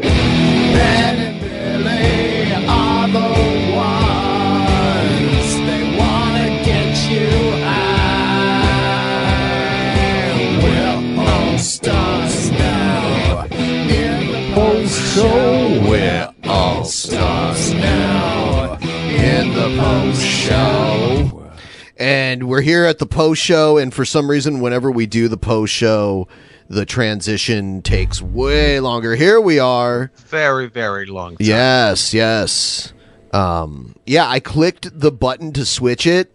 Ben and Billy are the ones they wanna get you out. We're all stars now. In the post show, we're all stars now. In the post show. and we're here at the post show and for some reason whenever we do the post show the transition takes way longer here we are Very, very long. Time. yes yes um yeah i clicked the button to switch it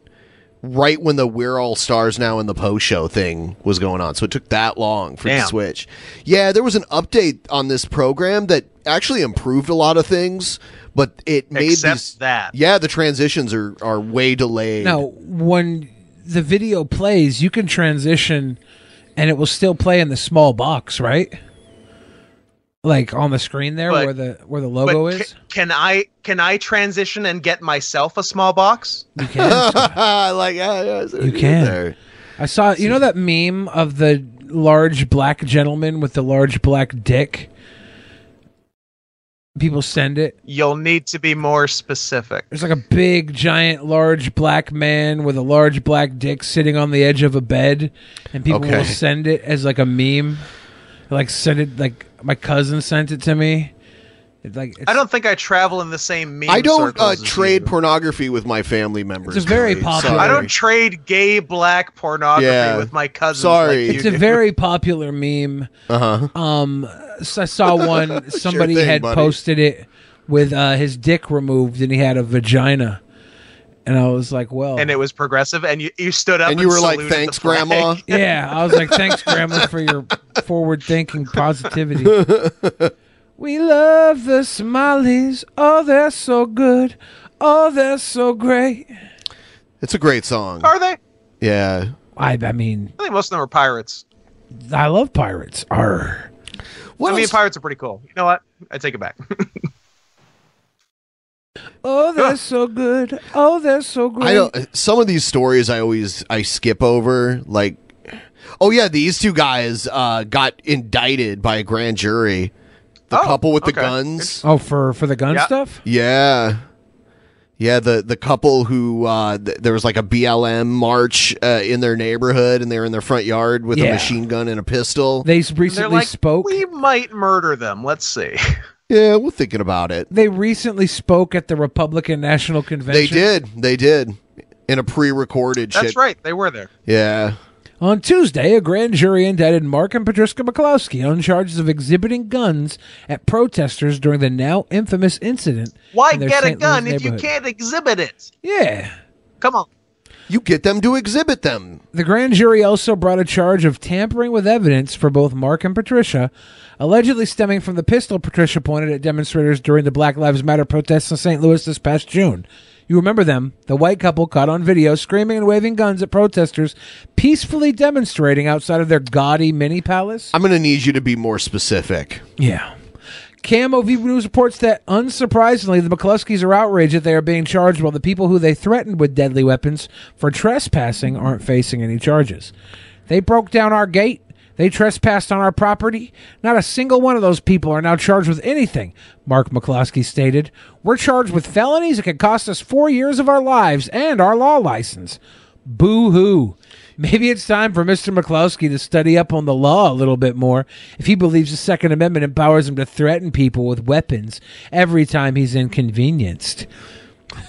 right when the we're all stars now in the post show thing was going on so it took that long for the Damn. switch yeah there was an update on this program that actually improved a lot of things but it made Except these- that. yeah the transitions are are way delayed Now, when the video plays, you can transition, and it will still play in the small box, right? Like on the screen there, But- where the where the But logo ca- is. can I can I transition and get myself a small box? You can. I like yeah, yeah, I see what You did can. there. I saw. You know that meme of the large black gentleman with the large black dick. People send it. You'll need to be more specific. There's like a big, giant, large black man with a large black dick sitting on the edge of a bed, and people Okay. will send it as like a meme. Like send it like my cousin sent it to me. It, like it's, I don't think I travel in the same meme. I don't circles uh, as trade you. pornography with my family members. It's very Joey. popular. I Sorry. don't trade gay black pornography Yeah. with my cousins. Sorry. like you It's a do. very popular meme. Uh-huh. Um, so I saw one. Somebody thing, had buddy. posted it with uh, his dick removed, and he had a vagina. And I was like, well, and it was progressive, and you, you stood up And you were like, saluted the "Thanks, flag." Grandma." Yeah, I was like, thanks, Grandma, for your forward thinking positivity. we love the smileys. Oh, they're so good. Oh, they're so great. It's a great song. Are they? I Yeah. I, I mean, think most of them are pirates. I love pirates. Arr. What I mean, else- pirates are pretty cool. You know what? I take it back. Oh, they're so good. Oh, they're so great. I don't. Some of these stories I always I skip over. Like, oh yeah, these two guys uh, got indicted by a grand jury. The Oh, couple with the okay. guns. oh, for for the gun Yeah. stuff. Yeah. Yeah, the, the couple who uh, th- there was like a BLM march uh, in their neighborhood, and they were in their front yard with a Yeah. machine gun and a pistol. They s- They're recently like, spoke. we might murder them. Let's see. yeah, we're thinking about it. They recently spoke at the Republican National Convention. They did. They did. In a pre-recorded That's shit. right. They were there. Yeah. On Tuesday, a grand jury indicted Mark and Patriska McCloskey on charges of exhibiting guns at protesters during the now infamous incident. Why in their get a St. Louis gun if you neighborhood. can't exhibit it? Yeah. Come on. You get them to exhibit them. The grand jury also brought a charge of tampering with evidence for both Mark and Patricia, allegedly stemming from the pistol Patricia pointed at demonstrators during the Black Lives Matter protests in St. Louis this past June. You remember them, the white couple caught on video screaming and waving guns at protesters peacefully demonstrating outside of their gaudy mini palace? I'm going to need you to be more specific. Yeah. Cam OV News reports that, unsurprisingly, the McCluskeys are outraged that they are being charged while the people who they threatened with deadly weapons for trespassing aren't facing any charges. They broke down our gate. They trespassed on our property. Not a single one of those people are now charged with anything, Mark McCloskey stated. We're charged with felonies that could cost us four years of our lives and our law license. Boo hoo. Maybe it's time for Mr. McCloskey to study up on the law a little bit more if he believes the Second Amendment empowers him to threaten people with weapons every time he's inconvenienced.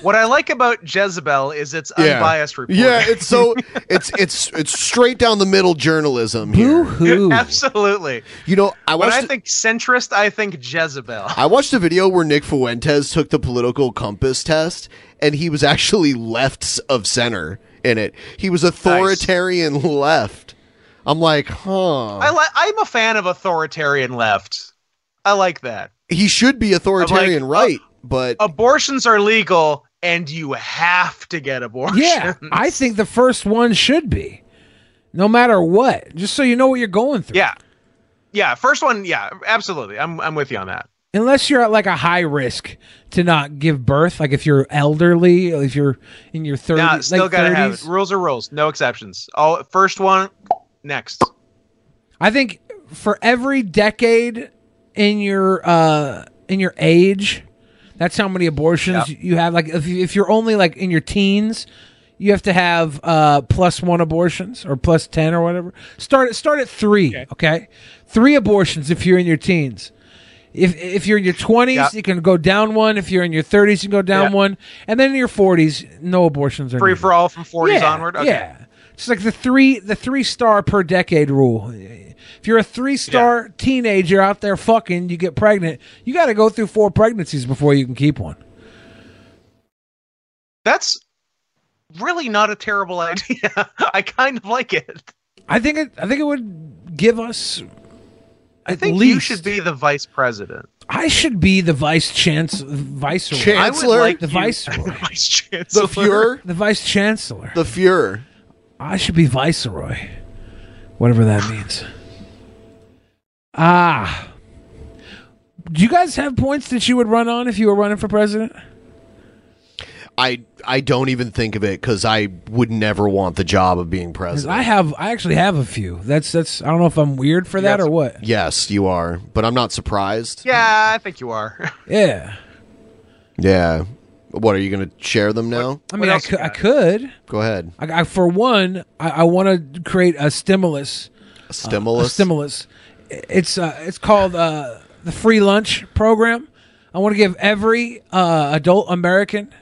What I like about Jezebel is its unbiased reporting. Yeah, it's so it's it's it's straight down the middle journalism Boo here. hoo. absolutely. You know, I When watched I think centrist, I think Jezebel. I watched a video where Nick Fuentes took the political compass test, and he was actually left of center in it. He was authoritarian left. I'm like, huh? I li- I'm a fan of authoritarian left. I like that. he should be authoritarian uh, right, but Abortions are legal, and you have to get abortion. Yeah, I think the first one should be, no matter what, just so you know what you're going through. yeah, yeah. First one, yeah, absolutely. I'm I'm with you on that. Unless you're at like a high risk to not give birth, like if you're elderly, if you're in your 30s, Nah, still like gotta 30s. have it. Rules are rules, no exceptions. All first one, next. I think for every decade in your uh in your age, that's how many abortions you have. Like if you- if you're only like in your teens, you have to have uh plus one abortions or plus ten or whatever. Start at start at three, okay? Three abortions if you're in your teens. If if you're in your twenties, Yeah. you can go down one. If you're in your thirties, you can go down Yeah. one. And then in your forties, no abortions are Free needed. for all from 40s Yeah, onward. Okay. Yeah, it's like the three the three star per decade rule. If you're a three star teenager out there fucking, you get pregnant, you got to go through four pregnancies before you can keep one. That's really not a terrible idea. I kind of like it. I think it. I think it would give us. I think you should be the vice president. I should be the vice chance, vice Chan- I Chancellor? would like The you- viceroy. the vice the chancellor. Fuhrer, the vice chancellor. the Fuhrer. I should be viceroy, whatever that means. Ah, do you guys have points that you would run on if you were running for president? I I don't even think of it because I would never want the job of being 'Cause president. I have, I actually have a few. That's that's. I don't know if I'm weird for that or what. yes, you are, but I'm not surprised. Yeah, I think you are. Yeah, Yeah. What are you going to share them now? I mean, I, else cou- you I got? could. Go ahead. I, I for one, I, I want to create a stimulus. Stimulus. Uh, A stimulus. I- It's uh, it's called uh, the free lunch program. I want to give every uh, adult American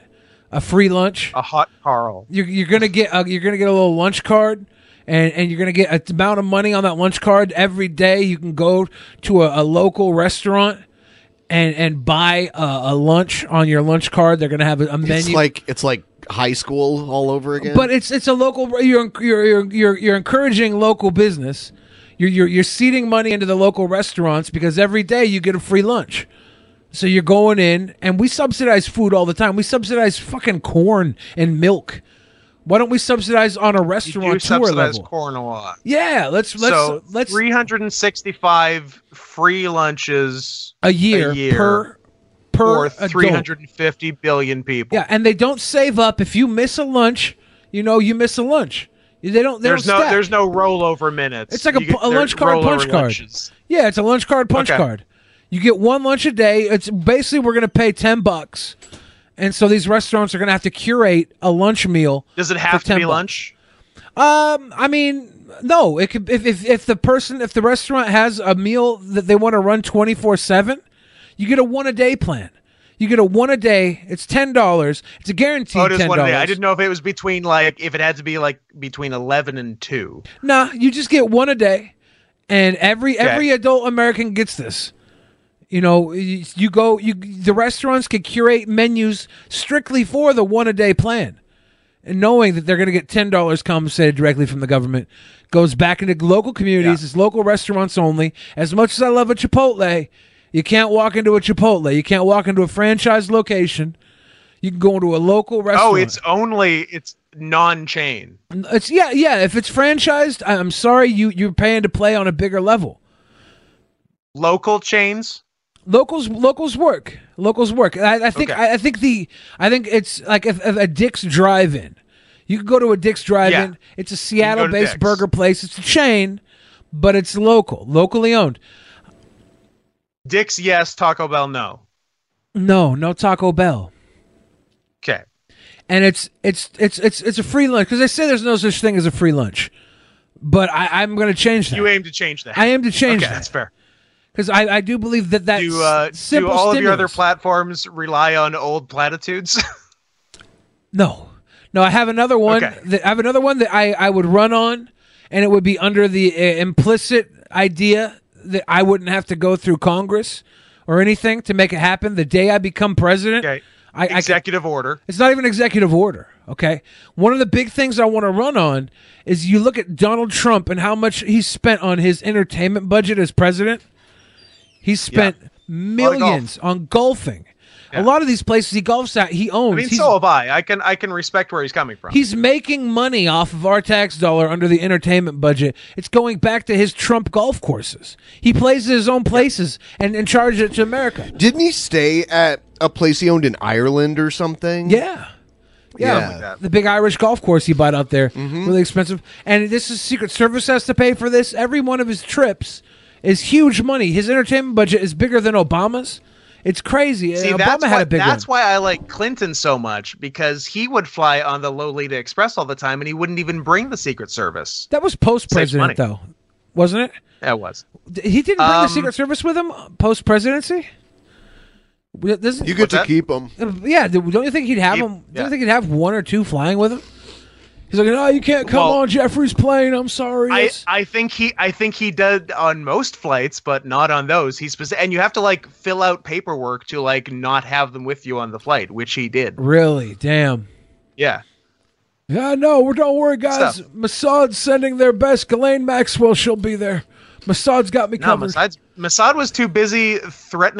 a free lunch. A hot Carl. You're, you're gonna get a, you're gonna get a little lunch card. And, and you're gonna get an amount of money on that lunch card every day. You can go to a, a local restaurant and and buy a, a lunch on your lunch card. They're gonna have a, a menu. It's like it's like high school all over again. But it's it's a local. You're you're you're you're, you're encouraging local business. You're, you're you're seeding money into the local restaurants because every day you get a free lunch. So you're going in, and we subsidize food all the time. We subsidize fucking corn and milk. Why don't we subsidize on a You restaurant do tour subsidize level? corn a lot. Yeah, let's let's uh, so let's 365 free lunches a year, a year per per for adult. 350 billion people. Yeah, and they don't save up. If you miss a lunch, you know you miss a lunch. They don't. They There's don't no stack. there's no rollover minutes. It's like a You pu- a there- lunch card, punch rollover card. lunches. Yeah, it's a lunch card, punch Okay. card. You get one lunch a day. It's basically we're going to pay ten bucks, and so these restaurants are going to have to curate a lunch meal. Does it for have to 10 be bucks. lunch? Um, I mean, no. It could if if, if the person if the restaurant has a meal that they want to run twenty four seven, you get a one a day plan. You get a one a day. It's ten dollars. It's a guaranteed Oh, it is ten one a dollars. day. I didn't know if it was between like if it had to be like between 11 and 2. Nah, you just get one a day, and every every adult American gets this. You know, you, you go. You the restaurants can curate menus strictly for the one a day plan, and knowing that they're going to get ten dollars compensated directly from the government goes back into local communities. It's local restaurants only. As much as I love a Chipotle, you can't walk into a Chipotle. You can't walk into a franchise location. You can go into a local restaurant. Oh, it's only it's non-chain. It's yeah, yeah. If it's franchised, I- I'm sorry, you you're paying to play on a bigger level. Local chains? Locals, locals work. Locals work. I, I think. Okay. I, I think the. I think it's like if, if a Dick's Drive-In. You can go to a Dick's Drive-In. Yeah. It's a Seattle-based Dick's. burger place. It's a chain, but it's local, locally owned. Dick's yes, Taco Bell no. No, no Taco Bell. Okay. and it's it's it's it's it's a free lunch because they say there's no such thing as a free lunch. but I, I'm going to change that. You aim to change that. I am to change okay, that. that's fair. because I, I do believe that that Do uh, s- simple do all of your other stimulus- platforms rely on old platitudes? No, no. I have another one. Okay. That, I have another one that I I would run on, and it would be under the uh, implicit idea that I wouldn't have to go through Congress or anything to make it happen. The day I become president, okay. I, I can- Executive order. it's not even executive order. Okay. One of the big things I want to run on is you look at Donald Trump and how much he spent on his entertainment budget as president. He spent golf. millions on golfing. A lot of these places he golfs at, he owns. I mean, he's, so have I. I can I can respect where he's coming from. he's making money off of our tax dollar under the entertainment budget. It's going back to his Trump golf courses. He plays at his own places and, and charges it to America. Didn't he stay at a place he owned in Ireland or something? Yeah. Yeah. the big Irish golf course he bought out there, Mm-hmm. really expensive. And this is Secret Service has to pay for this. Every one of his trips is huge money. His entertainment budget is bigger than Obama's. It's crazy. See, and that's Obama why, had a big that's one. why I like Clinton so much because he would fly on the Lolita Express all the time, and he wouldn't even bring the Secret Service. that was post president though, wasn't it? That was. D- He didn't bring the Um, Secret Service with him post presidency. Doesn't You get What's to that? keep him. uh, yeah? d- Don't you think he'd have He- him? Don't yeah. you think he'd have one or two flying with him? He's like, no, you can't come Well- on Jeffrey's plane. I'm sorry. I, It's- I think he I think he did on most flights, but not on those. He's spec- and you have to like fill out paperwork to like not have them with you on the flight, which he did. really? Damn. Yeah. Yeah, no, we're don't worry, guys. Stuff. Massad's sending their best. Ghislaine Maxwell, she'll be there. Massad's got me No, covered. Massad's, Massad was too busy threatening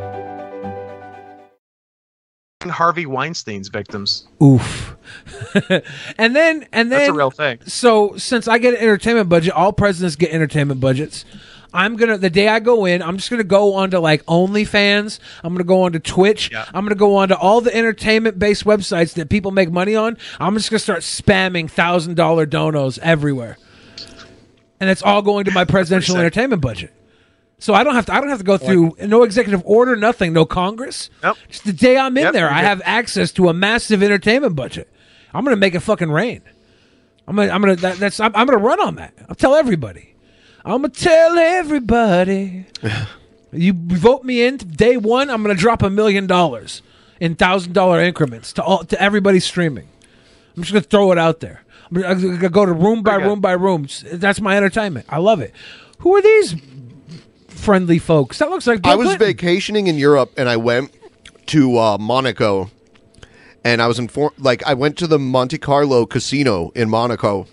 Harvey Weinstein's victims. Oof. and then, and then, That's a real thing. so since I get an entertainment budget, all presidents get entertainment budgets. I'm gonna the day I go in, I'm just gonna go onto like OnlyFans. I'm gonna go onto Twitch. I'm gonna go onto all the entertainment based websites that people make money on. I'm just gonna start spamming thousand dollar donos everywhere, and it's all going to my presidential entertainment budget. So I don't have to. I don't have to go through no executive order, nothing, no Congress. Nope. Just the day I'm in Yep, there, you're I good. have access to a massive entertainment budget. I'm gonna make it fucking rain. I'm gonna, I'm gonna, that, that's, I'm, I'm gonna run on that. I'll tell everybody. I'm gonna tell everybody. you vote me in day one. I'm gonna drop a million dollars in thousand dollar increments to all to everybody streaming. I'm just gonna throw it out there. I'm gonna- I'm gonna go to room by Pretty good. room by room. S- That's my entertainment. I love it. Who are these friendly folks? That looks like Bill I was Clinton. vacationing in Europe and I went to uh, Monaco and I was informed like I went to the Monte Carlo casino in Monaco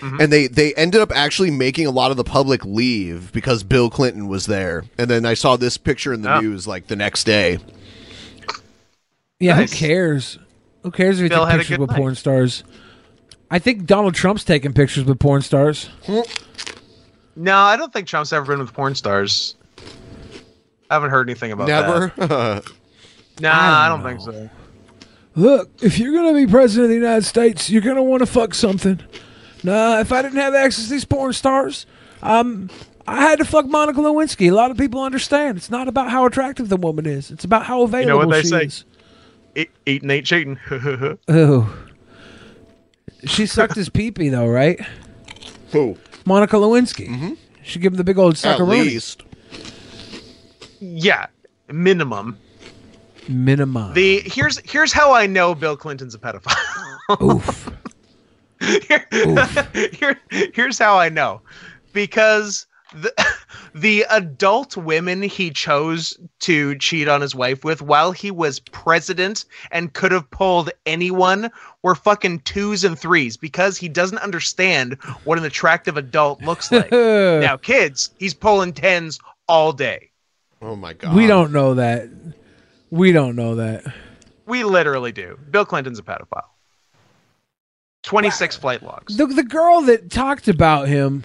Mm-hmm. and they they ended up actually making a lot of the public leave because Bill Clinton was there and then I saw this picture in Ah. the Oh. news like the next day Yeah, Nice. who cares? Who cares if you Bill take had a pictures good with night. porn stars? I think Donald Trump's taking pictures with porn stars. No, I don't think Trump's ever been with porn stars. I haven't heard anything about never that. Nah, I don't, think so. Look, if you're gonna be president of the United States, you're gonna want to fuck something. Nah, if I didn't have access to these porn stars, um, I had to fuck Monica Lewinsky. A lot of people understand it's not about how attractive the woman is; it's about how available know what they she say. is. E, Eat, eating ain't cheating. Oh, she sucked his peepee though, right? Who? Monica Lewinsky. Mm-hmm. She gave him the big old at suckeroni. least yeah, minimum. Minimum. The here's here's how I know Bill Clinton's a pedophile. Oof. Here- here, here's how I know, because the the adult women he chose to cheat on his wife with while he was president and could have pulled anyone were fucking twos and threes because he doesn't understand what an attractive adult looks like. now, kids, he's pulling tens all day. oh my god We don't know that. We don't know that. We literally do. Bill Clinton's a pedophile. Twenty six flight logs. The, the girl that talked about him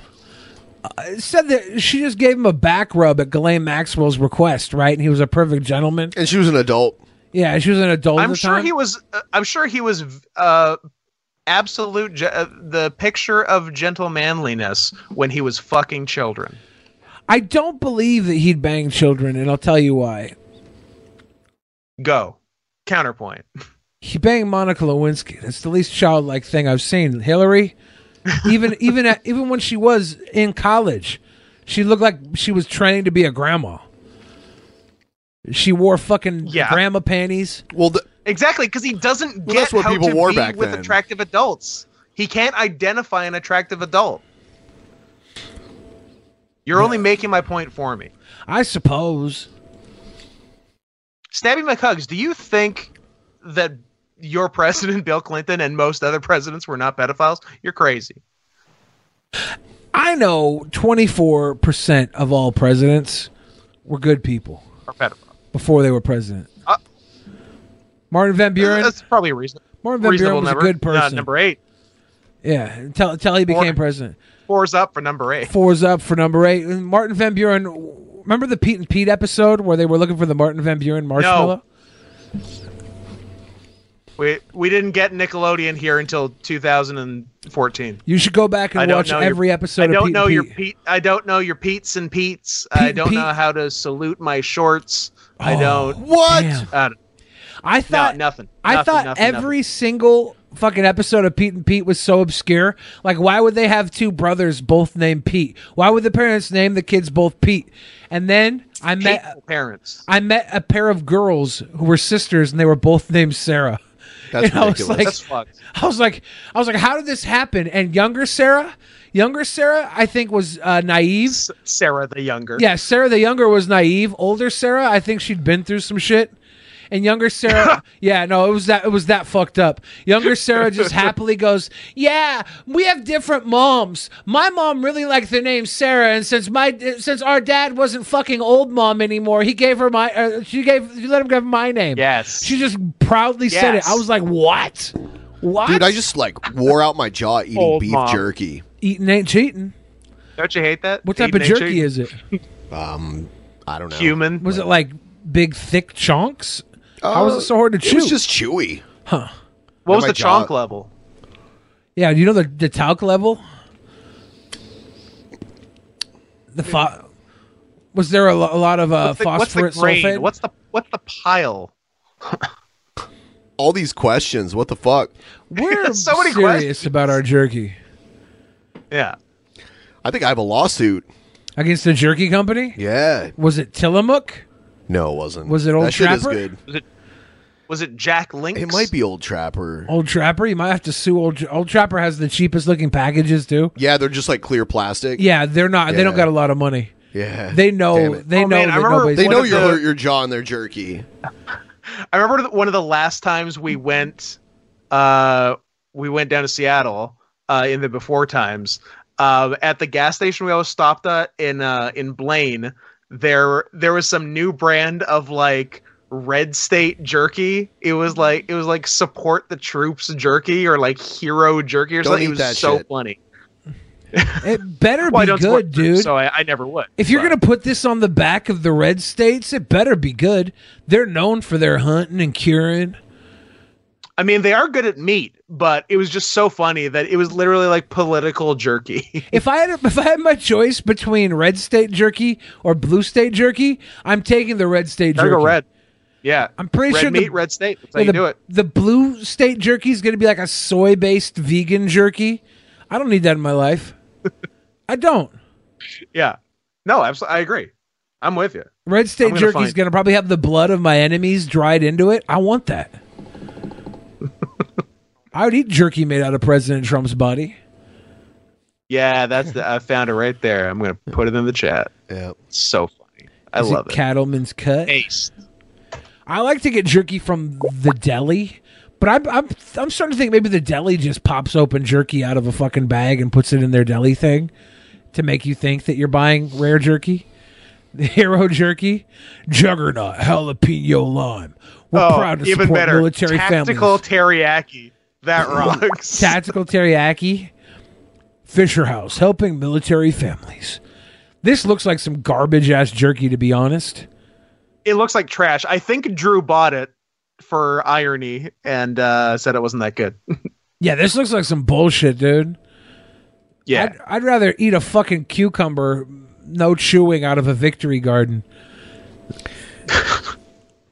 uh, said that she just gave him a back rub at Ghislaine Maxwell's request, right? And he was a perfect gentleman. and she was an adult. Yeah, she was an adult. at I'm the sure time. he was. Uh, I'm sure he was. Uh, absolute. Ge- uh, the picture of gentle manliness when he was fucking children. I don't believe that he'd bang children, and I'll tell you why. Go. Counterpoint. He banged Monica Lewinsky. That's the least childlike thing I've seen. Hillary, even even at, even when she was in college, she looked like she was training to be a grandma. She wore fucking Yeah. grandma panties. Well, the, Exactly, because he doesn't get that's what how people to wore be back with then. attractive adults. He can't identify an attractive adult. You're only making my point for me. I suppose. Snabby McHugs, do you think that your president, Bill Clinton, and most other presidents were not pedophiles? You're crazy. I know 24% of all presidents were good people Or pedophile. before they were president. Uh, Martin Van Buren, That's probably a reason. Martin Van reasonable Buren was a number. good Uh, person. number eight. yeah, until, until he became Warren. president. Four's up for number eight. Four's up for number eight. And Martin Van Buren, remember the Pete and Pete episode where they were looking for the Martin Van Buren marshmallow? We we didn't get Nickelodeon here until 2014. You should go back I and don't watch know every your, episode I don't of Pete know and your Pete. Pete. I don't know your Pete's and Pete's. Pete I and don't know Pete. how to salute my shorts. I don't. what? Damn. I don't I thought nothing. I Nothing, thought nothing, every single fucking episode of Pete and Pete was so obscure. Like, why would they have two brothers both named Pete? Why would the parents name the kids both Pete? And then I met hateful parents. I met a pair of girls who were sisters, and they were both named Sarah. That's And I was ridiculous. like- That's fucked. I was like, I was like, how did this happen? And younger Sarah, younger Sarah, I think was uh, naive. S- Sarah the younger. Yeah, Sarah the younger was naive. Older Sarah, I think she'd been through some shit. And younger Sarah, yeah, no, it was that it was that fucked up. Younger Sarah just happily goes, "Yeah, we have different moms. My mom really liked the name Sarah, and since my since our dad wasn't fucking old mom anymore, he gave her my uh, she gave she let him give my name. Yes. she just proudly said it. Yes. I was like, what? What? dude, I just like wore out my jaw eating Old beef mom. jerky. eating ain't cheating. Don't you hate that? What type of jerky is it? Um, I don't know. Human. Was it like big thick chunks? Uh, How was it so hard to It chew? was just chewy. What was my the jaw- chonk level? Yeah, you know the the talc level. The fo- was there a, lo- a lot of uh, What's the, what's the phosphorus grain? sulfate? What's the what's the pile? All these questions. What the fuck? We're so many serious questions. about our jerky Yeah. I think I have a lawsuit. against the jerky company. Yeah. Was it Tillamook? No, it wasn't. Was it Old that shit is Trapper? good. Was it Jack Lynx? It might be old trapper. Old Trapper. You might have to sue Old Old Trapper. Has the cheapest looking packages too. Yeah, they're just like clear plastic. Yeah, they're not. They don't Yeah. got a lot of money. Yeah. They know. Damn it. They Oh, know. man, I that remember nobody's- They One know of your the- your jaw and their jerky. I remember that one of the last times we went, uh, we went down to Seattle uh, in the before times. Uh, at the gas station we always stopped at in uh, in Blaine, there there was some new brand of like red state jerky. It was Mm-hmm. like it was like support the troops jerky or like hero jerky or Don't something. eat It was that so shit. funny. It better Well, I be don't support good, troops, dude. so I, I never would. If you're but- going to put this on the back of the red states, it better be good. They're known for their hunting and curing. I mean, they are good at meat, but it was just so funny that it was literally like political jerky. If I had if I had my choice between red state jerky or blue state jerky, I'm taking the red state Gotta jerky. go red. Yeah, I'm pretty red sure the- meat, red state. That's how Yeah, you the, do it. the blue state jerky is going to be like a soy based vegan jerky. I don't need that in my life. I don't. Yeah. No, absolutely. I agree. I'm with you. Red state gonna jerky is find- going to probably have the blood of my enemies dried into it. I want that. I would eat jerky made out of President Trump's body. Yeah, that's the, I found it right there. I'm gonna put it in the chat. Yeah. It's so funny. I Is love it it. Cattleman's Cut. Ace. I like to get jerky from the deli, but I'm, I'm I'm starting to think maybe the deli just pops open jerky out of a fucking bag and puts it in their deli thing to make you think that you're buying rare jerky, the hero jerky, juggernaut jalapeno lime. We're proud to Oh, even support better. military Tactical families. teriyaki. That rocks. Tactical teriyaki. Fisher House, helping military families. This looks like some garbage ass jerky, to be honest. It looks like trash. I think Drew bought it for irony and uh, said it wasn't that good. Yeah, this looks like some bullshit, dude. yeah. I'd, I'd rather eat a fucking cucumber, no chewing, out of a victory garden.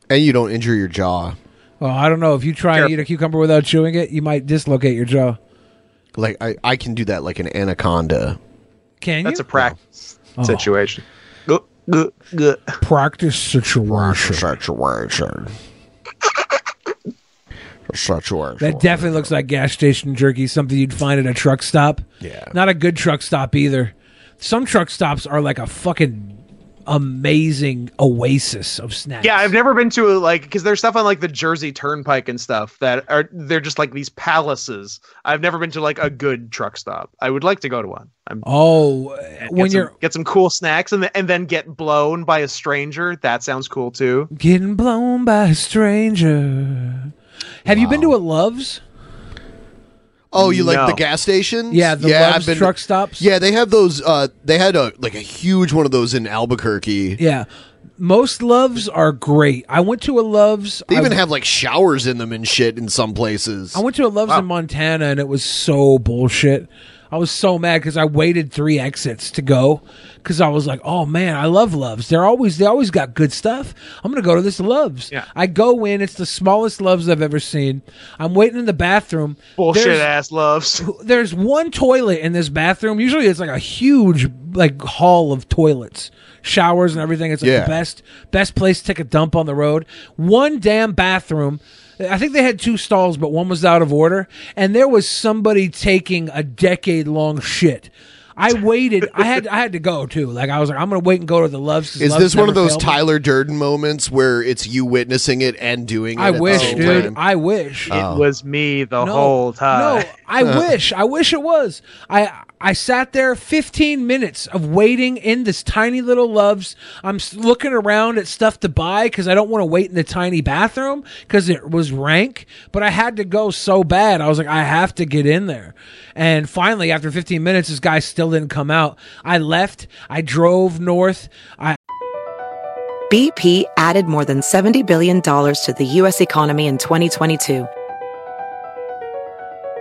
and you don't injure your jaw. Well, I don't know. If you try and Sure. eat a cucumber without chewing it, you might dislocate your jaw. Like I, I can do that like an anaconda. Can That's a you? practice Oh. situation. Gluh, gluh, gluh. practice situation. Situation. Situation. That definitely looks like gas station jerky, something you'd find at a truck stop. Yeah. Not a good truck stop either. Some truck stops are like a fucking amazing oasis of snacks. Yeah, I've never been to like because there's stuff on like the Jersey Turnpike and stuff that are they're just like these palaces. I've never been to like a good truck stop. I would like to go to one. I'm Oh, when get some- you're get some cool snacks and th- and then get blown by a stranger. That sounds cool too. getting blown by a stranger. Have you been to a Love's? Oh, you like No. the gas stations? Yeah, the Love's truck stops. Yeah, they have those. Uh, they had a like a huge one of those in Albuquerque. Yeah. Most Loves are great. I went to a Love's. They I- even have like showers in them and shit in some places. I went to a Love's in Montana and it was so bullshit. I was so mad because I waited three exits to go because I was like, "Oh man, I love Loves. They're always they always got good stuff. I'm gonna go to this Loves." Yeah. I go in. It's the smallest Loves I've ever seen. I'm waiting in the bathroom. Bullshit There's- ass loves. there's one toilet in this bathroom. Usually it's like a huge like hall of toilets, showers and everything. It's like Yeah. the best best place to take a dump on the road. One damn bathroom. I think they had two stalls, but one was out of order, and there was somebody taking a decade long shit. I waited. I had I had to go too. Like I was like, I'm gonna wait and go to the Loves. 'cause Is Loves this one of never those failed me. Tyler Durden moments where it's you witnessing it and doing it? I at the wish, same dude. time? I wish. It was me the whole time. No, I wish. I wish it was. I I sat there 15 minutes of waiting in this tiny little Loves. I'm s- looking around at stuff to buy because I don't want to wait in the tiny bathroom because it was rank. But I had to go so bad. I was like, I have to get in there. And finally, after 15 minutes, this guy still didn't come out. I left. I drove north. I BP added more than $70 billion to the U.S. economy in 2022.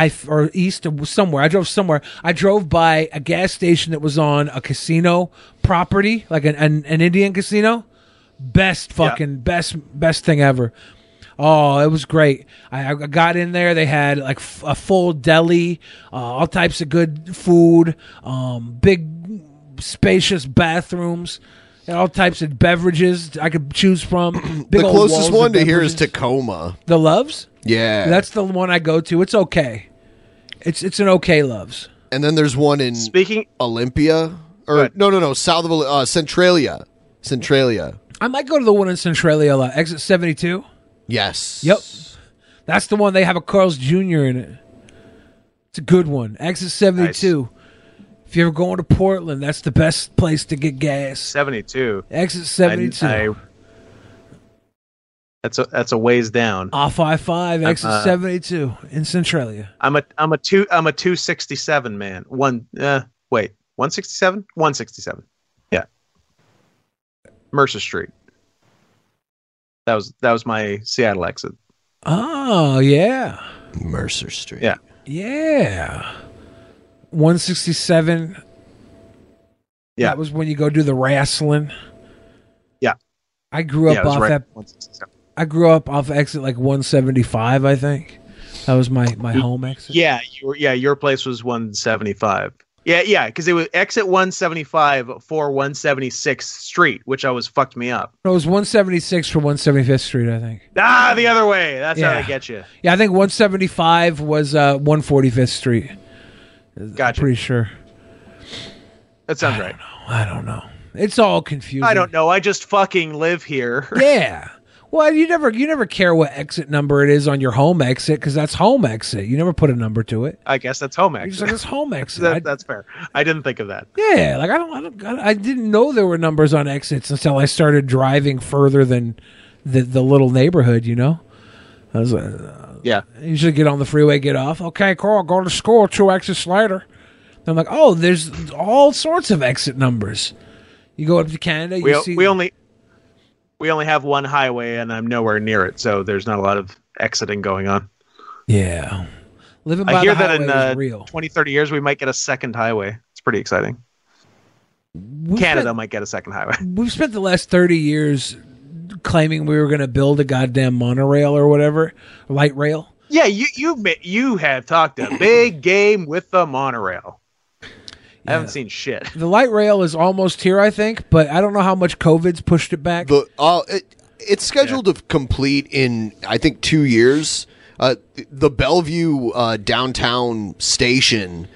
I f- or east of somewhere. I drove somewhere. I drove by a gas station that was on a casino property, like an an, an Indian casino. Best fucking best best thing ever. Oh, it was great. I, I got in there. They had like f- a full deli, uh, all types of good food, um, big spacious bathrooms, and all types of beverages I could choose from. Big the old walls closest of one to here is beverages. Tacoma. the Loves. Yeah, That's the one I go to. It's okay. It's it's an okay loves. and then there's one in Speaking Olympia or no, no, no, south of Oli- uh, Centralia. Centralia. I might go to the one in Centralia, lot, exit seventy two. Yes. Yep. That's the one they have a Carl's Jr. in it. It's a good one. Exit seventy two. If you're going to Portland, that's the best place to get gas. 72. Exit I- seventy I- two. that's a that's a ways down. Off I five, exit uh, seventy two in Centralia. I'm a I'm a two I'm a two sixty seven man. One uh wait, one sixty seven? One sixty seven. Yeah. Mercer Street. That was that was my Seattle exit. Oh yeah. Mercer Street. Yeah. Yeah. One sixty seven. Yeah. That was when you go do the wrestling. Yeah. I grew up yeah, it was off right- that 167. I grew up off exit like 175, I think. That was my my home exit. Yeah, you were, yeah, your place was one seventy five. Yeah, yeah, because it was exit one seventy five for one seventy sixth street, which always fucked me up. No, it was 176 for 175th Street, I think. Ah, the other way. That's how Yeah. they get you. Yeah, I think 175 was uh 145th Street. Gotcha. Pretty sure. that sounds right. I don't know. It's all confusing. I don't know. I just fucking live here. Yeah. Well, you never you never care what exit number it is on your home exit because that's home exit. You never put a number to it. I guess that's home You're just exit. like it's home exit. That- I- that's fair. I didn't think of that. yeah, like I don't, I don't, I didn't know there were numbers on exits until I started driving further than the the little neighborhood. You know, I was like, Yeah. I usually get on the freeway, get off. Okay, Carl, go to school. Two exits later. Then I'm like, oh, there's all sorts of exit numbers. You go up to Canada, We, you see we only we only have one highway and I'm nowhere near it, so there's not a lot of exiting going on. yeah. Living by I hear the that in highway is uh, real. 20, 30 years we might get a second highway. It's pretty exciting. We've Canada spent- might get a second highway. we've spent the last 30 years claiming we were going to build a goddamn monorail or whatever, light rail. Yeah, you you ma- you have talked a big game with the monorail. I haven't seen shit. The light rail is almost here, I think, but I don't know how much COVID's pushed it back. The uh, it, it's scheduled to complete in I think two years. Uh, the Bellevue uh, downtown station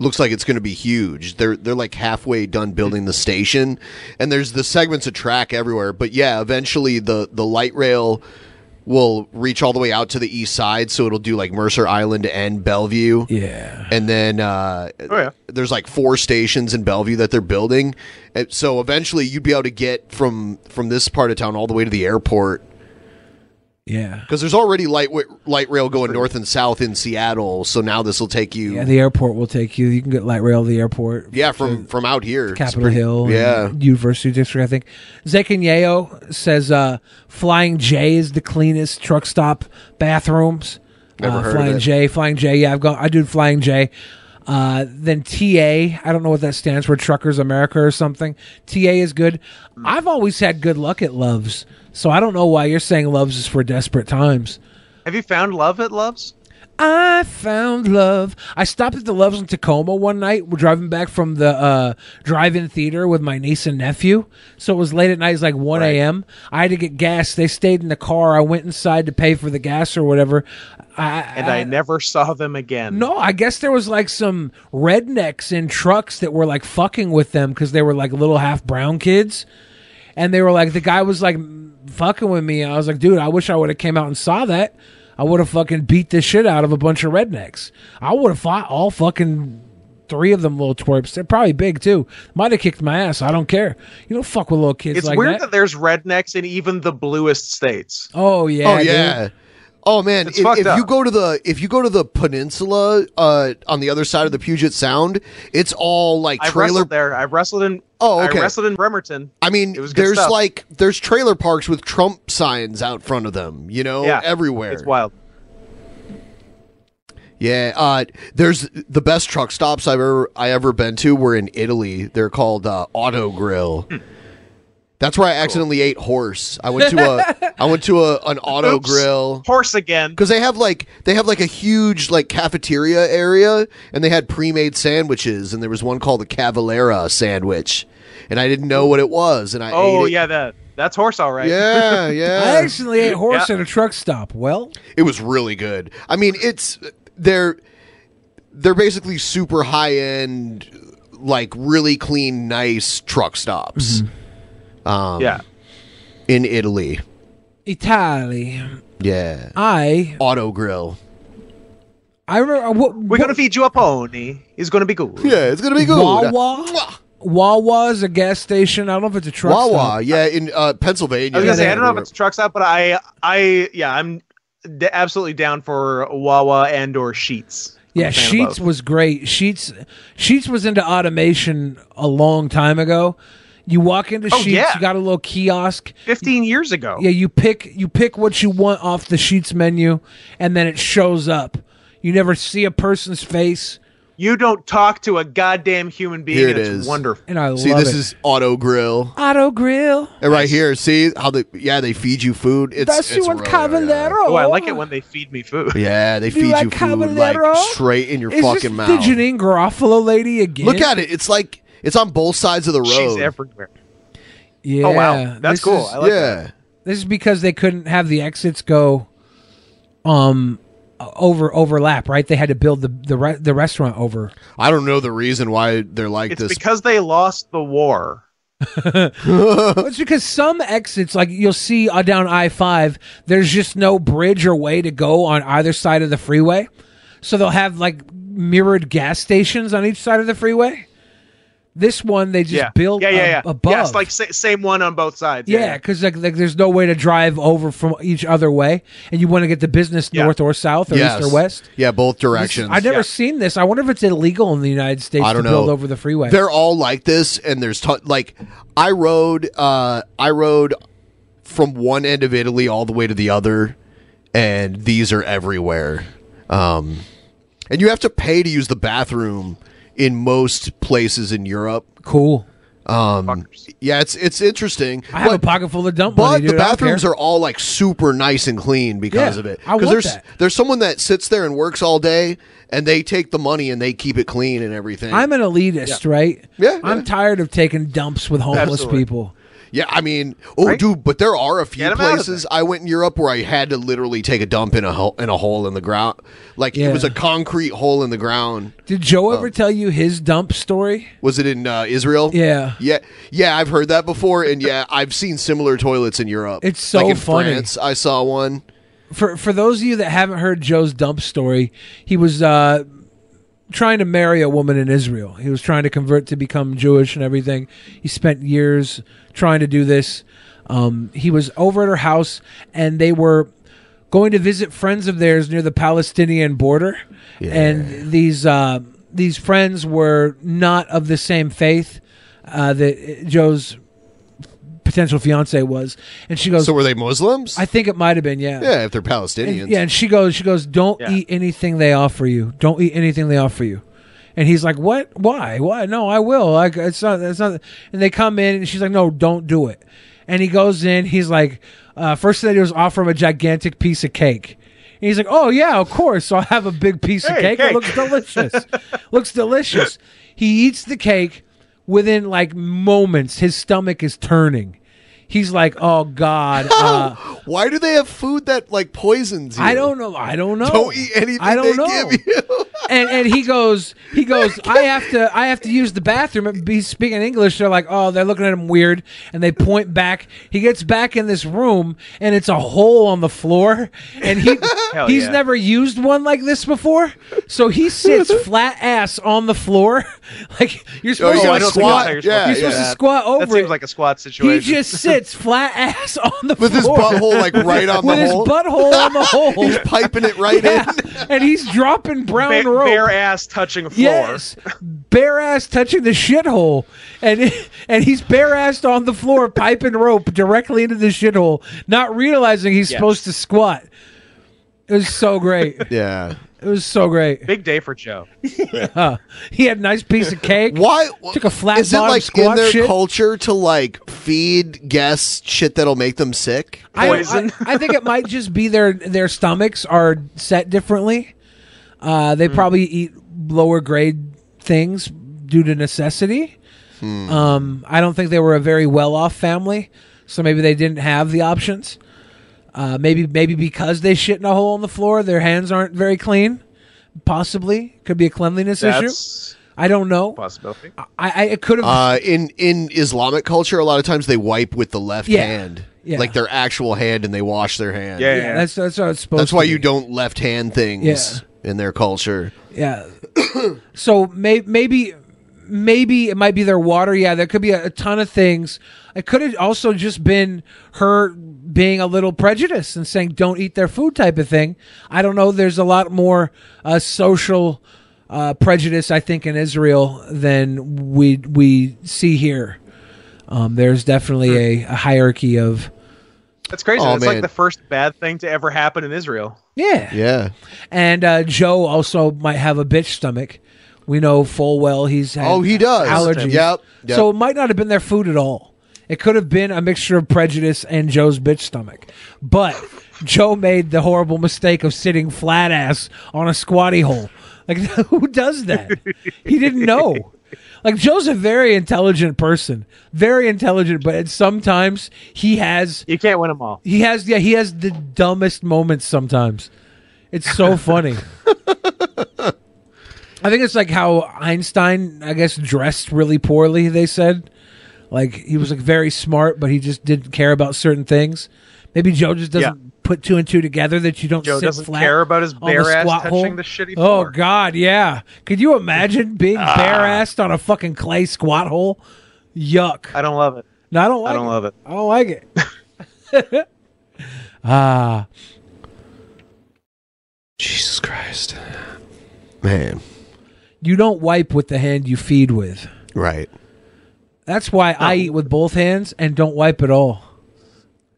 looks like it's going to be huge. They're they're like halfway done building the station, and there's the segments of track everywhere. But yeah, eventually the the light rail will reach all the way out to the east side, so it'll do like Mercer Island and Bellevue. yeah. And then uh, Oh, yeah. there's like four stations in Bellevue that they're building. And so eventually you'd be able to get from from this part of town all the way to the airport Yeah. because there's already light wi- light rail going north and south in Seattle. So now this will take you Yeah, yeah, the airport will take you. You can get light rail to the airport. from from out here It's Capitol pretty- Hill, and Yeah, University District, I think. Zekanyayo says uh, Flying J is the cleanest truck stop bathrooms. Never uh, heard of Flying it. J, Flying J. Yeah, I've gone. I do Flying J. Uh, then TA, I don't know what that stands for, Truckers America or something. TA is good. I've always had good luck at Loves, so I don't know why you're saying Loves is for desperate times. Have you found love at Love's? I found love. I stopped at the Loves in Tacoma one night. We're driving back from the uh, drive-in theater with my niece and nephew. So it was late at night. It's like one a.m. I had to get gas. They stayed in the car. I went inside to pay for the gas or whatever. I, And I, never saw them again. Uh, no, I guess there was like some rednecks in trucks that were like fucking with them because they were like little half brown kids, and they were like the guy was like m- fucking with me. I was like, dude, I wish I would have came out and saw that. I would have fucking beat the shit out of a bunch of rednecks. I would have fought all fucking three of them little twerps. They're probably big too. Might have kicked my ass. I don't care. You don't fuck with little kids It's like weird that. that. there's rednecks in even the bluest states. oh yeah. oh dude. yeah. Oh man, It's if, fucked if up. you go to the if you go to the peninsula uh, on the other side of the Puget Sound, it's all like I trailer wrestled there. I wrestled in. Oh, okay. I wrestled in Bremerton. I mean, It was good there's stuff. like there's trailer parks with Trump signs out front of them, you know, yeah, Oh, everywhere. It's wild. Yeah, uh, there's the best truck stops I've ever I ever been to were in Italy. They're called uh, Auto Grill. That's where I accidentally ate horse. I went to a I went to a an Auto Oops. Grill Horse again. because they have like they have like a huge like cafeteria area and they had pre-made sandwiches and there was one called the Cavalera sandwich and I didn't know what it was and I Oh ate it. yeah, that that's horse all right. yeah yeah I actually ate horse at a truck stop. Well, It was really good. I mean, it's they're they're basically super high end, like really clean, nice truck stops Mm-hmm. yeah. in Italy. Italy. Yeah, I Auto Grill. I remember. What, We're gonna feed you a pony. He's gonna be good. Yeah, it's gonna be good. Wawa. Wawa is a gas station. I don't know if it's a truck. Wawa. stop. Yeah, in uh, Pennsylvania. I was gonna say I don't know if Everywhere. it's truck stop, but I I yeah I'm d- absolutely down for Wawa and or Sheets. I'm Yeah, a fan of Sheets both. was great. Sheets, Sheets was into automation a long time ago. You walk into Oh, Sheets, yeah. you got a little kiosk. Fifteen years ago. Yeah, you pick you pick what you want off the Sheets menu, and then it shows up. You never see a person's face, You don't talk to a goddamn human being. Here and it it's is. Wonderful. and I See, love this it. is Auto Grill, Auto Grill. and right here, see how they yeah they feed you food. It's That's it's you and really Cavallero. good. Oh, I like it when they feed me food. Yeah, they Do you feed like you food Cavallero? like straight in your Is fucking this mouth. the Janine Garofalo lady again? Look at it. It's like it's on both sides of the road. She's everywhere. Yeah, oh wow, that's this cool. is- I like that. yeah. This is because they couldn't have the exits go um over overlap, right? They had to build the the re- the restaurant over. I don't know the reason why they're like It's this. because they lost the war. Well, it's because some exits, like you'll see uh, down I 5, there's just no bridge or way to go on either side of the freeway. So they'll have like mirrored gas stations on each side of the freeway. This one, they just yeah. built yeah, yeah, yeah. ab- above. Yeah, it's like sa- same one on both sides. Yeah, because like, like there's no way to drive over from each other way, and you want to get the business Yeah. north or south or Yes. east or west. Yeah, both This- directions. I've never Yeah. seen this. I wonder if it's illegal in the United States I don't to know. build over the freeway. They're all like this, and there's ton- like I rode, uh, I rode from one end of Italy all the way to the other, and these are everywhere. Um, and you have to pay to use the bathroom in most places in Europe. cool. Fuckers. Yeah, it's it's interesting. I have but- a pocket full of dump money. But Dude. the I don't bathrooms care. are all like super nice and clean because Yeah, of it. I want there's that. there's someone that sits there and works all day, and they take the money and they keep it clean and everything. I'm an elitist, right? Yeah, I'm yeah. tired of taking dumps with homeless Absolutely. people. yeah, I mean, oh, dude, but there are a few Get 'em out of places I went in Europe where I had to literally take a dump in a hole in a hole in the ground, like Yeah. it was a concrete hole in the ground. Did Joe Oh. ever tell you his dump story? Was it in uh, Israel? Yeah. yeah, yeah. I've heard that before, and yeah, I've seen similar toilets in Europe. It's so like in funny. France, I saw one. for for those of you that haven't heard Joe's dump story, he was uh, trying to marry a woman in Israel. He was trying to convert to become Jewish and everything. He spent years trying to do this. Um, he was over at her house, and they were going to visit friends of theirs near the Palestinian border, and these uh, these friends were not of the same faith uh, that Joe's potential fiance was, and she goes. So were they Muslims? I think it might have been, yeah. yeah, if they're And- Palestinians. yeah, and she goes, she goes, don't Yeah. eat anything they offer you. Don't eat anything they offer you. And he's like, what? Why? Why? No, I will. Like it's not. It's not. And they come in, and she's like, no, don't do it. And he goes in. He's like, uh, first thing they do is offer him a gigantic piece of cake. And he's like, oh yeah, of course. So I'll have a big piece of Hey, cake. It cake. looks delicious. looks delicious. He eats the cake. Within like moments, his stomach is turning. He's like, oh god. Uh, Why do they have food that like poisons you? I don't know. I don't know. Don't eat anything I don't they know. give you. and and he goes, he goes. I have to, I have to use the bathroom. And he's speaking English. They're like, oh, they're looking at him weird, and they point back. He gets back in this room, and it's a hole on the floor, and he Hell he's yeah. never used one like this before. So he sits flat ass on the floor, like you're you supposed to gotta I don't think that's how squat. you're supposed Yeah, to You're do supposed to that. squat over That seems it. like a squat He situation. just sits flat ass on the With his floor butthole like right on with the his hole. butthole on the hole. He's piping it right Yeah, in. and he's dropping brown Ba- rope. bare ass touching floor. yes, bare ass touching the shithole, and and he's bare assed on the floor, piping rope directly into the shithole, not realizing he's Yes. supposed to squat. It was so great. it Yeah. was so great. Big day for Joe. He had a nice piece of cake. Why Took a flat Is it bottom like in squat their shit. culture to like feed guests shit that'll make them sick? I, Poison. I, I think it might just be their their stomachs are set differently. Uh, they probably eat lower grade things due to necessity. Um, I don't think they were a very well off family, so maybe they didn't have the options. Uh, maybe maybe because they shit in a hole on the floor, their hands aren't very clean. Possibly could be a cleanliness issue. That's I don't know. a possibility. I, I it could have. Uh, in in Islamic culture, a lot of times they wipe with the left Yeah. hand, Yeah. like their actual hand, and they wash their hand. Yeah. yeah, that's that's what it's supposed. that's why to you be. don't left hand things in their culture. Yeah. so may- maybe maybe it might be their water. Yeah, there could be a, a ton of things. It could have also just been her being a little prejudiced and saying don't eat their food type of thing. I don't know. There's a lot more uh, social uh, prejudice I think in Israel than we we see here. Um, there's definitely a, a hierarchy of That's crazy. Oh, that's man. like the first bad thing to ever happen in Israel. yeah. Yeah. And uh, Joe also might have a bitch stomach. We know full well he's had Oh, he does. allergies. Yep, yep. So it might not have been their food at all. It could have been a mixture of prejudice and Joe's bitch stomach. But Joe made the horrible mistake of sitting flat ass on a squatty hole. Like who does that? He didn't know. Like Joe's a very intelligent person, very intelligent, but sometimes he has You can't win them all. he has yeah, he has the dumbest moments sometimes. It's so funny. I think it's like how Einstein, I guess, dressed really poorly, they said. Like he was like very smart, but he just didn't care about certain things. Maybe Joe just doesn't Yeah. put two and two together that you don't. Joe sit doesn't flat care about his on the bare ass squat touching hole. the shitty Oh floor. Ah. God, yeah. Could you imagine being bare assed on a fucking clay squat hole? Yuck. I don't love it. No, I don't like I don't it. love it. I don't like it. Ah, Jesus Christ. Man. you don't wipe with the hand you feed with. Right. That's why I eat with both hands and don't wipe at all.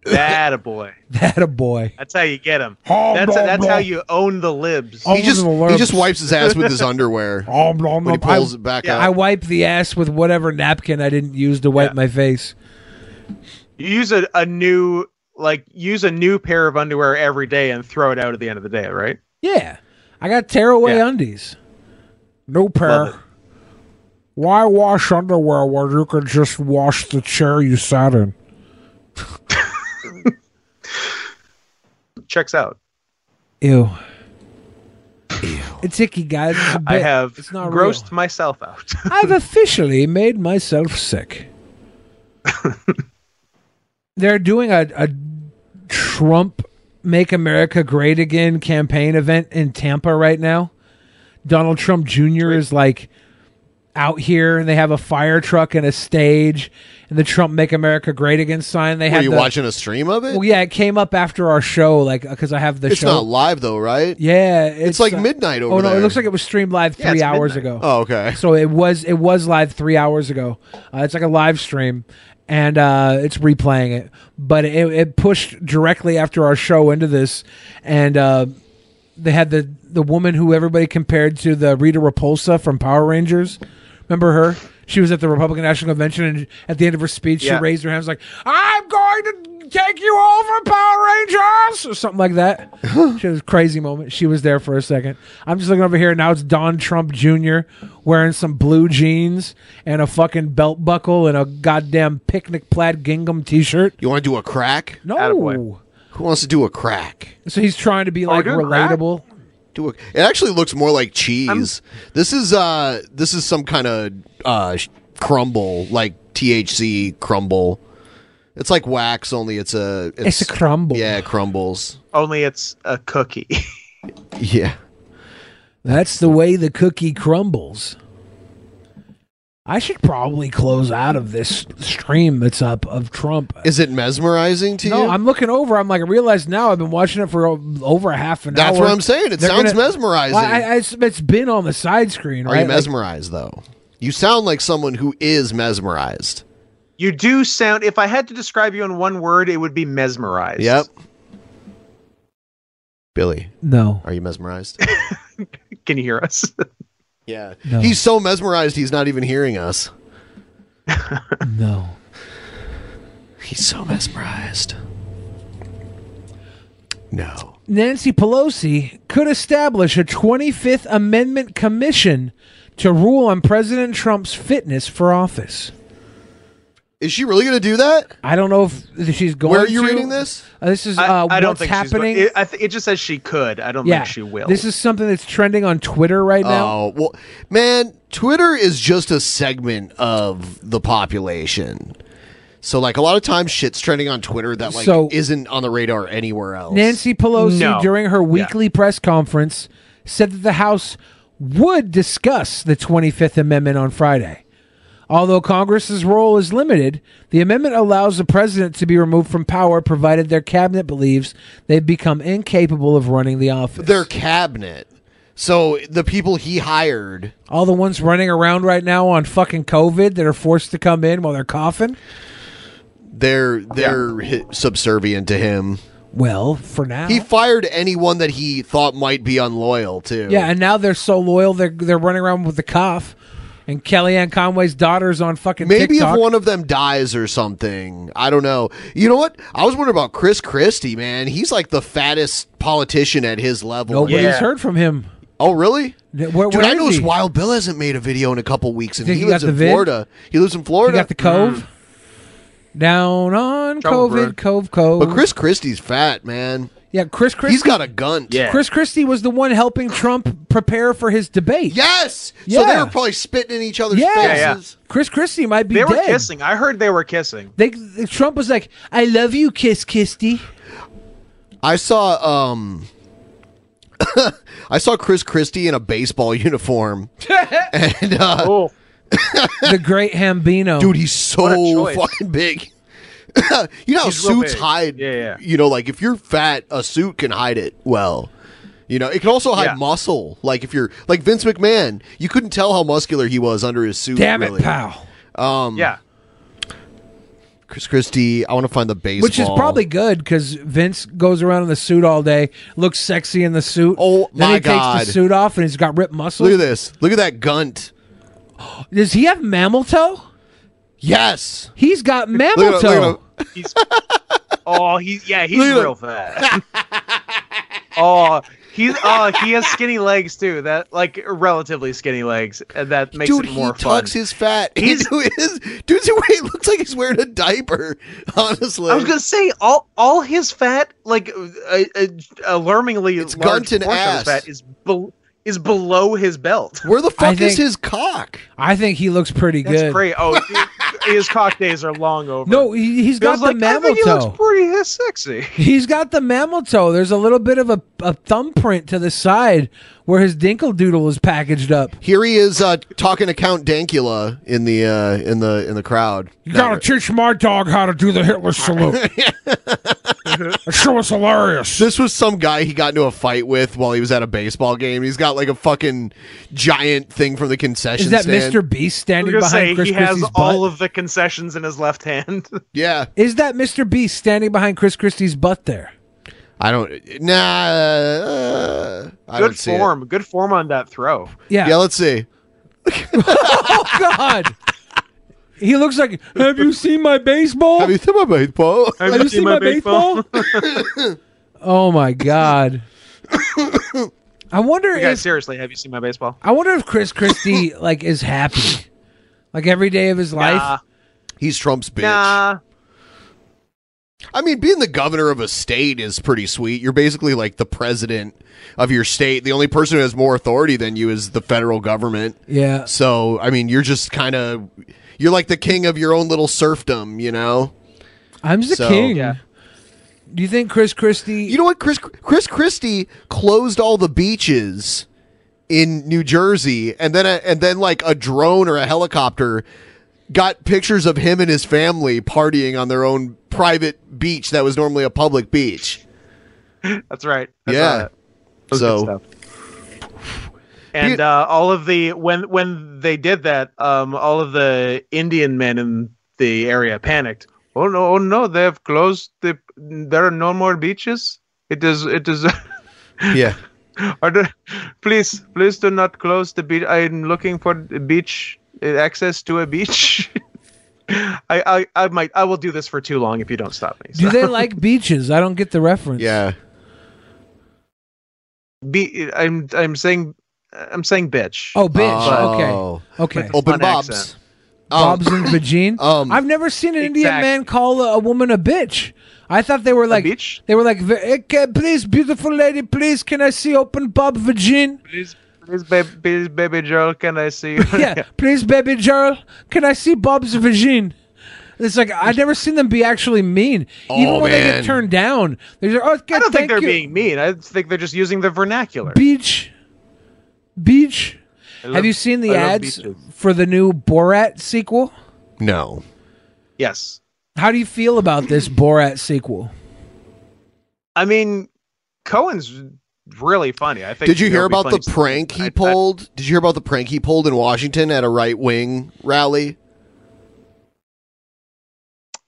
That a boy. That a boy. That's how you get him. That's that's how you own the libs. Oh, He just Over the he just lurbs. wipes his ass with his underwear Oh, blah, when he blah. pulls I, it back yeah, up. I wipe the ass with whatever napkin I didn't use to wipe Yeah. my face. You use a, a new like use a new pair of underwear every day and throw it out at the end of the day, right? Yeah, I got tearaway Yeah. undies. No Love it. pair. Why wash underwear where you could just wash the chair you sat in? Checks out. Ew. It's icky, guys. It's a I bit. have It's not grossed real. myself out. I've officially made myself sick. They're doing a, a Trump Make America Great Again campaign event in Tampa right now. Donald Trump Jr. is like out here and they have a fire truck and a stage and the Trump Make America Great Again sign. They Were have you the, watching a stream of it? Well, yeah, it came up after our show, like because I have the it's show. not live though, right? yeah, it's, like uh, midnight over Oh no, it there. looks like it was streamed live Yeah, three it's hours midnight. ago. Oh, okay. So it was it was live three hours ago. Uh, it's like a live stream, and uh, it's replaying it. But it, it pushed directly after our show into this, and uh, they had the the woman who everybody compared to the Rita Repulsa from Power Rangers. Remember her? She was at the Republican National Convention, and at the end of her speech, Yeah. she raised her hands like, "I'm going to take you over, Power Rangers," or something like that. she was a crazy moment. She was there for a second. I'm just looking over here now. It's Don Trump Jr. wearing some blue jeans and a fucking belt buckle and a goddamn picnic plaid gingham T-shirt. You want to do a crack? No. Attaboy. Oh, Who wants to do a crack? So he's trying to be like doing crack? relatable. Do a, it actually looks more like cheese. this is uh this is some kind of uh sh- crumble like THC crumble. It's like wax only it's a It's a crumble. Yeah, it crumbles. Only it's a cookie. Yeah. That's the way the cookie crumbles. I should probably close out of this stream that's up of Trump. Is it mesmerizing to you? no, I'm looking over. I'm like, I realize now I've been watching it for o- over a half an hour. That's what I'm saying. It They're sounds gonna- mesmerizing. Well, I, I- it's- it's been on the side screen, Are right? you mesmerized though? You sound like someone who is mesmerized. you do sound if I had to describe you in one word, it would be mesmerized. Yep. Billy, Like- no, are you mesmerized? Can you hear us? yeah. No. He's so mesmerized he's not even hearing us. no. He's so mesmerized. No. Nancy Pelosi could establish a 25th Amendment commission to rule on President Trump's fitness for office. Is she really going to do that? I don't know if if she's going. Where are you to. reading this? Uh, this is uh, I, I don't what's think happening. She's going, it, I th- it just says she could. I don't yeah, think she will. This is something that's trending on Twitter right now. Oh, well, man, Twitter is just a segment of the population. So, like, a lot of times shit's trending on Twitter that, like, So- isn't on the radar anywhere else. Nancy Pelosi, No. during her weekly press conference, said that the House would discuss the 25th Amendment on Friday. Although Congress's role is limited, the amendment allows the president to be removed from power provided their cabinet believes they've become incapable of running the office. Their cabinet. So, the people he hired. All the ones running around right now on fucking COVID that are forced to come in while they're coughing. They're they're hi- subservient to him. Well, for now. He fired anyone that he thought might be unloyal too. Yeah, and now they're so loyal they're they're running around with the cough, and Kellyanne Conway's daughter's on fucking Maybe TikTok. if one of them dies or something. I don't know. You know what? I was wondering about Chris Christie, man. He's like the fattest politician at his level. nobody's Yeah. heard from him. Oh, really? Th- where- Dude, where I is noticed he? Wild Bill hasn't made a video in a couple weeks, and Think he he lives got in the vid? Florida. He lives in You Florida. got the cove down on Trouble COVID brewing. cove cove. but Chris Christie's fat, man. Yeah, Chris Christie. He's got a gun. Yeah. Chris Christie was the one helping Trump prepare for his debate. Yes. So they Yeah. were probably spitting in each other's Yeah. Yeah, faces. Chris Christie might be They were dead. kissing. I heard they were kissing. They, Trump was like, "I love you, Kiss Kisty." I saw um I saw Chris Christie in a baseball uniform. and uh, Oh, The great Hambino. dude, he's What a so choice. fucking big. you know how He's real suits big. hide Yeah, yeah. you know, like if you're fat, a suit can hide it well. You know, it can also hide Yeah. muscle. Like if you're like Vince McMahon, you couldn't tell how muscular he was under his suit. Damn really. it, pal. Um. yeah. Chris Christie, I want to find the baseball. Which is probably good because Vince goes around in the suit all day, looks sexy in the suit. Oh, then my he God. takes the suit off and he's got ripped muscle. Look at this. Look at that gunt. Does he have mammal toe? Yes. He's got Look mammal at- toe. look at- He's oh he's yeah he's Look at real fat. oh he's oh he has skinny legs too. That like relatively skinny legs, and that makes dude, it he more fun. tucks his fat He's- into his dude's it looks like he's wearing a diaper. Honestly, I was gonna say all all his fat like uh, uh, alarmingly It's large gunt and portion of his ass. fat is be- is below his belt. where the I fuck is think- his cock? I think he looks pretty That's good. great. Oh, dude, his cock days are long over. No, he, he's got Feels the like, I mammal think he toe. looks pretty uh, sexy. He's got the mammal toe. There's a little bit of a, a thumbprint to the side where his dinkle doodle is packaged up. Here he is uh, talking to Count Dankula in the uh, in the in the crowd. You gotta teach my dog how to do the Hitler salute. that shit was hilarious. This was some guy he got into a fight with while he was at a baseball game. He's got like a fucking giant thing from the concession Is that stand. Mr. Beast I'm standing gonna behind say Chris he has Christie's all butt? of the concessions in his left hand. Yeah, Is that Mr. Beast standing behind Chris Christie's butt there? I don't. Nah, uh, I Good don't see it. form. Good form on that throw. Yeah. Yeah, let's see. Oh God. He looks like. Have you seen my baseball? Have you seen my baseball? Have you seen my baseball? oh my God. I wonder You guys, if seriously, have you seen my baseball? I wonder if Chris Christie like is happy, like every day of his life. Nah, He's Trump's bitch. nah. I mean, being the governor of a state is pretty sweet. You're basically like the president of your state. The only person who has more authority than you is the federal government. Yeah. So, I mean, you're just kind of you're like the king of your own little serfdom, you know? I'm the So- king. Yeah. Do you think Chris Christie? You know what Chris Chris Christie closed all the beaches in New Jersey and then a, and then like a drone or a helicopter got pictures of him and his family partying on their own private beach that was normally a public beach. That's right. I saw Yeah. that. That was So- good stuff. And You- uh, all of the when when they did that, um, all of the Indian men in the area panicked. Oh no! Oh no! They've closed the. There are no more beaches. It is. It is. Yeah. Are there, please, please do not close the beach. I'm looking for the beach uh, access to a beach. I, I, I might, I will do this for too long if you don't stop me. do So. they like beaches? I don't get the reference. Yeah. Be, I'm, I'm saying, I'm saying bitch. Oh, bitch. Oh. Okay. Okay. Open an Bob's. accent. Bob's and Vagine. um, I've never seen an Indian Exact- man call a, a woman a bitch. I thought they were like bitch? they were like, "V- eh, ca- please, beautiful lady, please, can I see open Bob Vagine? Please, please, baby, please, baby girl, can I see you? Yeah, please, baby girl, can I see Bob's Vagine? It's like I've never seen them be actually mean. Even Oh, when they man. get turned down, they're like, oh, okay, I don't think thank they're you. being mean. I think they're just using the vernacular. beach, beach. Have you seen the I love ads beaches. for the new Borat sequel? No. yes. How do you feel about this Borat sequel? I mean, Cohen's really funny. I think. Did you he'll hear be about funny the soon. prank he I- I- pulled? Did you hear about the prank he pulled in Washington at a right wing rally?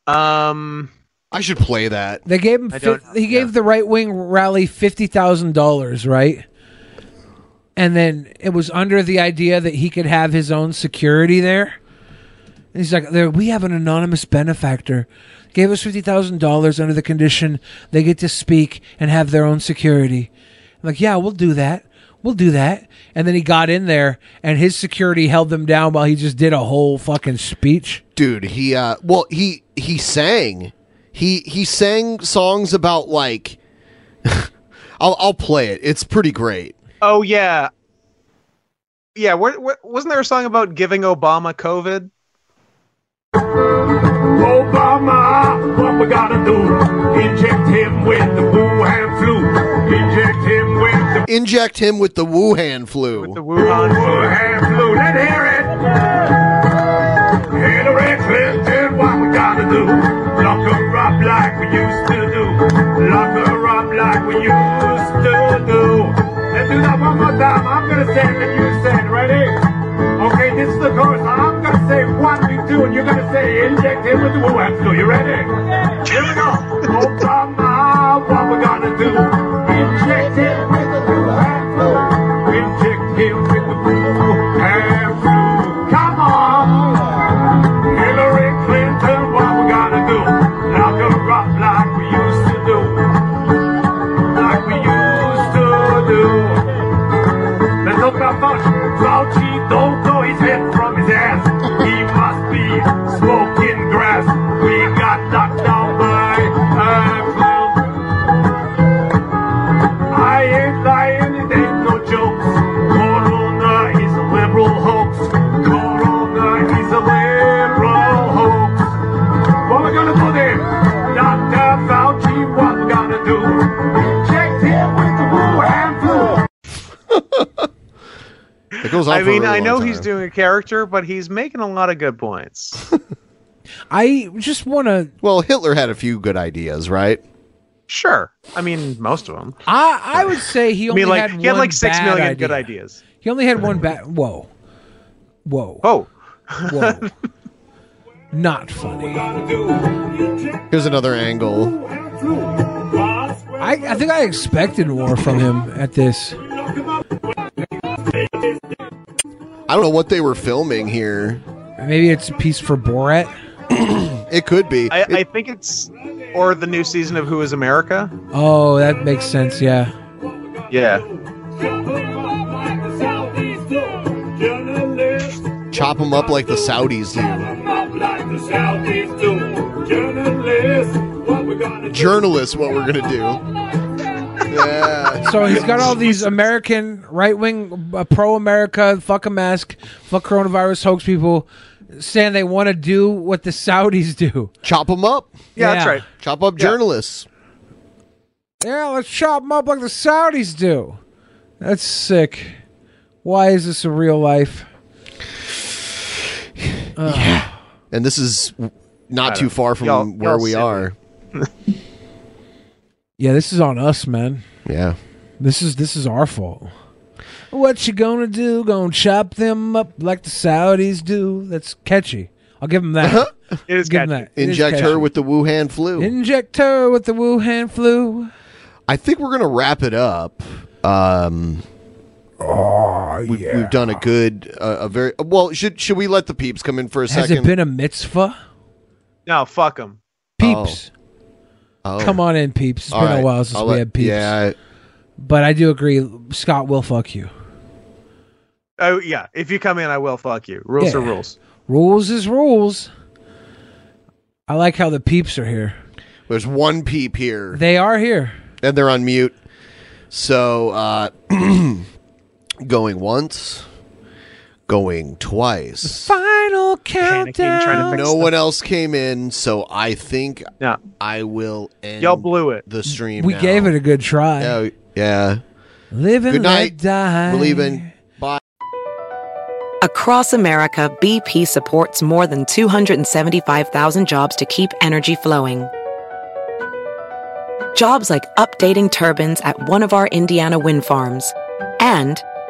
um. I should play that. They gave him I fi- don't- he gave yeah. the right wing rally fifty thousand dollars, right? And then it was under the idea that he could have his own security there. And he's like, there, we have an anonymous benefactor. Gave us fifty thousand dollars under the condition they get to speak and have their own security. I'm like, yeah, we'll do that. We'll do that. And then he got in there and his security held them down while he just did a whole fucking speech. Dude, he uh well, he he sang. He he sang songs about like I'll I'll play it. It's pretty great. Oh yeah, yeah. Where, where, wasn't there a song about giving Obama COVID? Obama, what we gotta do? Inject him with the Wuhan flu. Inject him with the Inject him with the Wuhan flu. The Wuhan. Wuhan flu. Let hear it. Hillary Clinton, what we gotta do? Lock her up like we used to do. Lock her up like we used to do. Let's do that one more time. I'm gonna say it and you say it. Ready? Okay, this is the chorus. I'm gonna say one, you two, and you're gonna say inject him with the Wuhan flu. You ready? Here we go. Obama, what we gonna do? Inject him with the Wuhan flu. Inject him with the Wuhan flu. Come on. Hillary Clinton, what we gonna do? Knock her up like we used to do. Like we used to do. Let's talk about Fauci. Fauci don't know his head from his ass. He must be smoking grass. We got knocked down by a flu. I ain't lying, it ain't no jokes. Corona is a liberal hoax. Corona is a liberal hoax. What we gonna do then? Dr. Fauci, what we gonna do? Inject him with the Wuhan flu. It goes on. I for a mean, really I long know he's time. doing a character, but he's making a lot of good points. I just want to. Well, Hitler had a few good ideas, right? sure. I mean, most of them. I I would say he I only mean, like had he had one like six bad million idea. good ideas. He only had one bad. Whoa, whoa, Oh, whoa. Not funny. Here's another angle. I, I think I expected more from him at this. I don't know what they were filming here. Maybe it's a piece for Borat. It could be. I, It- I think it's or the new season of Who Is America. Oh, that makes sense. Yeah. Yeah. chop him up like the Saudis do. Journalists, what we're gonna do? Yeah. So he's got all these American right wing, uh, pro America, fuck a mask, fuck coronavirus hoax people saying they want to do what the Saudis do. chop them up. Yeah, that's right. Chop up journalists. Yeah, let's chop them up like the Saudis do. That's sick. Why is this in real life? And this is not too far from Y'all- where y'all we silly. are. Yeah, this is on us, man. Yeah. This is this is our fault. What you gonna do? Gonna chop them up like the Saudis do? That's catchy. I'll give him that. It is give him catchy. that. It is Uh-huh. Inject catchy. her with the Wuhan flu. Inject her with the Wuhan flu. I think we're gonna wrap it up. Um Ah, we, We've done a good, uh, a very well. Should should we let the peeps come in for a Has second? it been a mitzvah? No, fuck him. Peeps, Oh. come on in, peeps. It's All been right. a while since I'll we let- had peeps. Yeah, But I do agree. Scott will fuck you. Oh yeah, if you come in, I will fuck you. Rules Yeah. are rules. Rules is rules. I like how the peeps are here. there's one peep here. They are here. and they're on mute. So uh, going once, going twice. Final Panicking, trying to countdown. fix No one else came in, so I think No, I will end y'all blew it. the stream. We now. gave it a good try. yeah, yeah. Live and Good night. let die. Believe in. Bye. Across America, BP supports more than 275,000 jobs to keep energy flowing. Jobs like updating turbines at one of our Indiana wind farms and